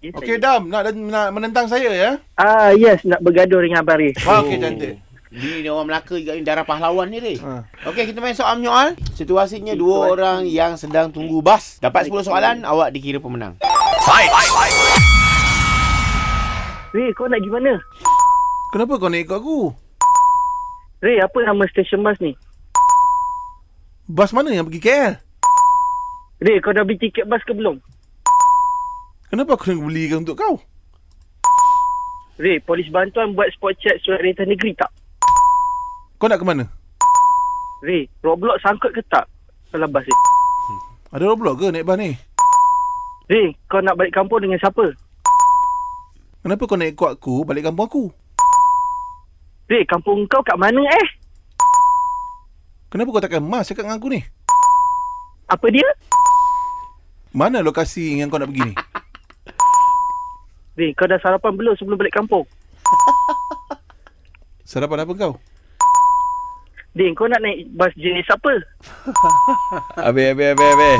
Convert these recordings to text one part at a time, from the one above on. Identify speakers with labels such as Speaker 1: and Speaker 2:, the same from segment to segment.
Speaker 1: Yes,
Speaker 2: Okey
Speaker 1: saya.
Speaker 2: Dam, nak, nak menentang saya ya?
Speaker 1: Ah, yes, nak bergaduh dengan Abang Ray.
Speaker 2: Wah, okey cantik.
Speaker 3: Ni, ni orang Melaka juga ni darah pahlawan ni Ray.
Speaker 2: Ha.
Speaker 3: Okey, kita main soal menyoal. Situasinya dua orang yang sedang tunggu bas. Dapat 10 soalan, awak dikira pemenang.
Speaker 1: Ray, kau nak pergi mana?
Speaker 2: Kenapa kau nak ikut aku?
Speaker 1: Ray, apa nama stesen bas ni?
Speaker 2: Bas mana yang pergi KL?
Speaker 1: Ray, kau dah beli tiket bas ke belum?
Speaker 2: Kenapa aku nak belikan untuk kau?
Speaker 1: Ray, polis bantuan buat spot check surat rentan negeri tak?
Speaker 2: Kau nak ke mana?
Speaker 1: Ray, Roblox sangkut ke tak? Kalau bas ni.
Speaker 2: Ada Roblox ke naik bas ni?
Speaker 1: Ray, kau nak balik kampung dengan siapa?
Speaker 2: Kenapa kau nak ikut aku balik kampung aku?
Speaker 1: Ray, kampung kau kat mana eh?
Speaker 2: Kenapa kau takkan mas cakap dengan aku ni?
Speaker 1: Apa dia?
Speaker 2: Mana lokasi yang kau nak pergi ni?
Speaker 1: Ray, kau dah sarapan belum sebelum balik kampung?
Speaker 2: Sarapan apa kau?
Speaker 1: Ray, kau nak naik bas jenis apa?
Speaker 4: Habis, habis, habis, habis.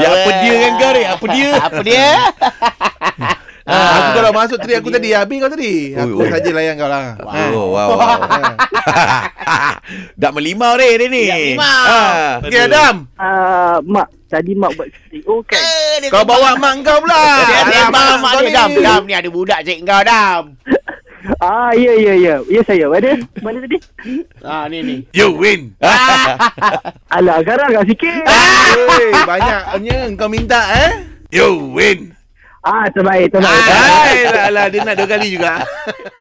Speaker 4: dia apa dia kan kau, Ray? Apa dia?
Speaker 3: Apa dia?
Speaker 2: Ha, aku kalau masuk tadi aku tadi habis kau tadi.
Speaker 4: Ui,
Speaker 2: Aku
Speaker 4: ui.
Speaker 2: saja layan kau lah.
Speaker 4: Oh, wow, wow. Dah melimau, Ray, dia ni.
Speaker 3: Dah melimau.
Speaker 4: Ah.
Speaker 2: Okey Adam,
Speaker 1: Ah, mak, tadi mak buat CTO kan?
Speaker 2: kau bawa mak kau pula.
Speaker 3: Dia tembak
Speaker 2: Alamak,
Speaker 3: mak
Speaker 2: kau
Speaker 3: dia.
Speaker 2: ni.
Speaker 3: Ah, Dam, Dam ni ada budak cik kau, Dam.
Speaker 1: Ah, ya, ya, ya. Ya, saya. Mana? Mana tadi?
Speaker 3: Ah, ni ni.
Speaker 2: You win.
Speaker 1: Alah, garang kat sikit.
Speaker 2: Hey, banyaknya kau minta eh. You win.
Speaker 1: Ah, terbaik, terbaik.
Speaker 2: Hai, lah, lah, dia nak dua kali juga.